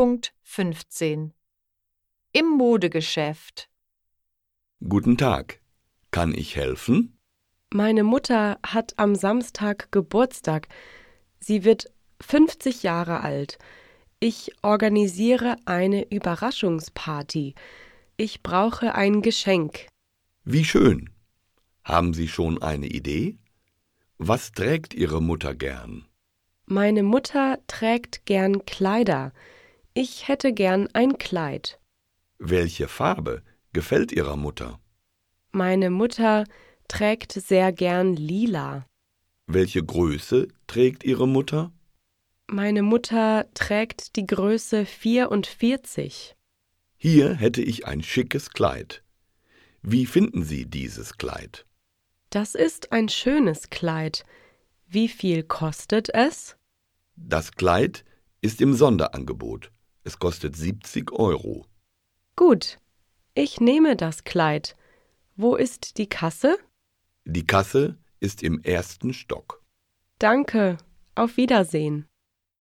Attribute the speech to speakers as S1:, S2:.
S1: 7.15 Im Modegeschäft
S2: Guten Tag. Kann ich helfen?
S3: Meine Mutter hat am Samstag Geburtstag. Sie wird 50 Jahre alt. Ich organisiere eine Überraschungsparty. Ich brauche ein Geschenk.
S2: Wie schön. Haben Sie schon eine Idee? Was trägt Ihre Mutter gern?
S3: Meine Mutter trägt gern Kleider. Ich hätte gern ein Kleid.
S2: Welche Farbe gefällt Ihrer Mutter?
S3: Meine Mutter trägt sehr gern lila.
S2: Welche Größe trägt Ihre Mutter?
S3: Meine Mutter trägt die Größe 44.
S2: Hier hätte ich ein schickes Kleid. Wie finden Sie dieses Kleid?
S3: Das ist ein schönes Kleid. Wie viel kostet es?
S2: Das Kleid ist im Sonderangebot. Es kostet 70 Euro.
S3: Gut. Ich nehme das Kleid. Wo ist die Kasse?
S2: Die Kasse ist im ersten Stock.
S3: Danke. Auf Wiedersehen.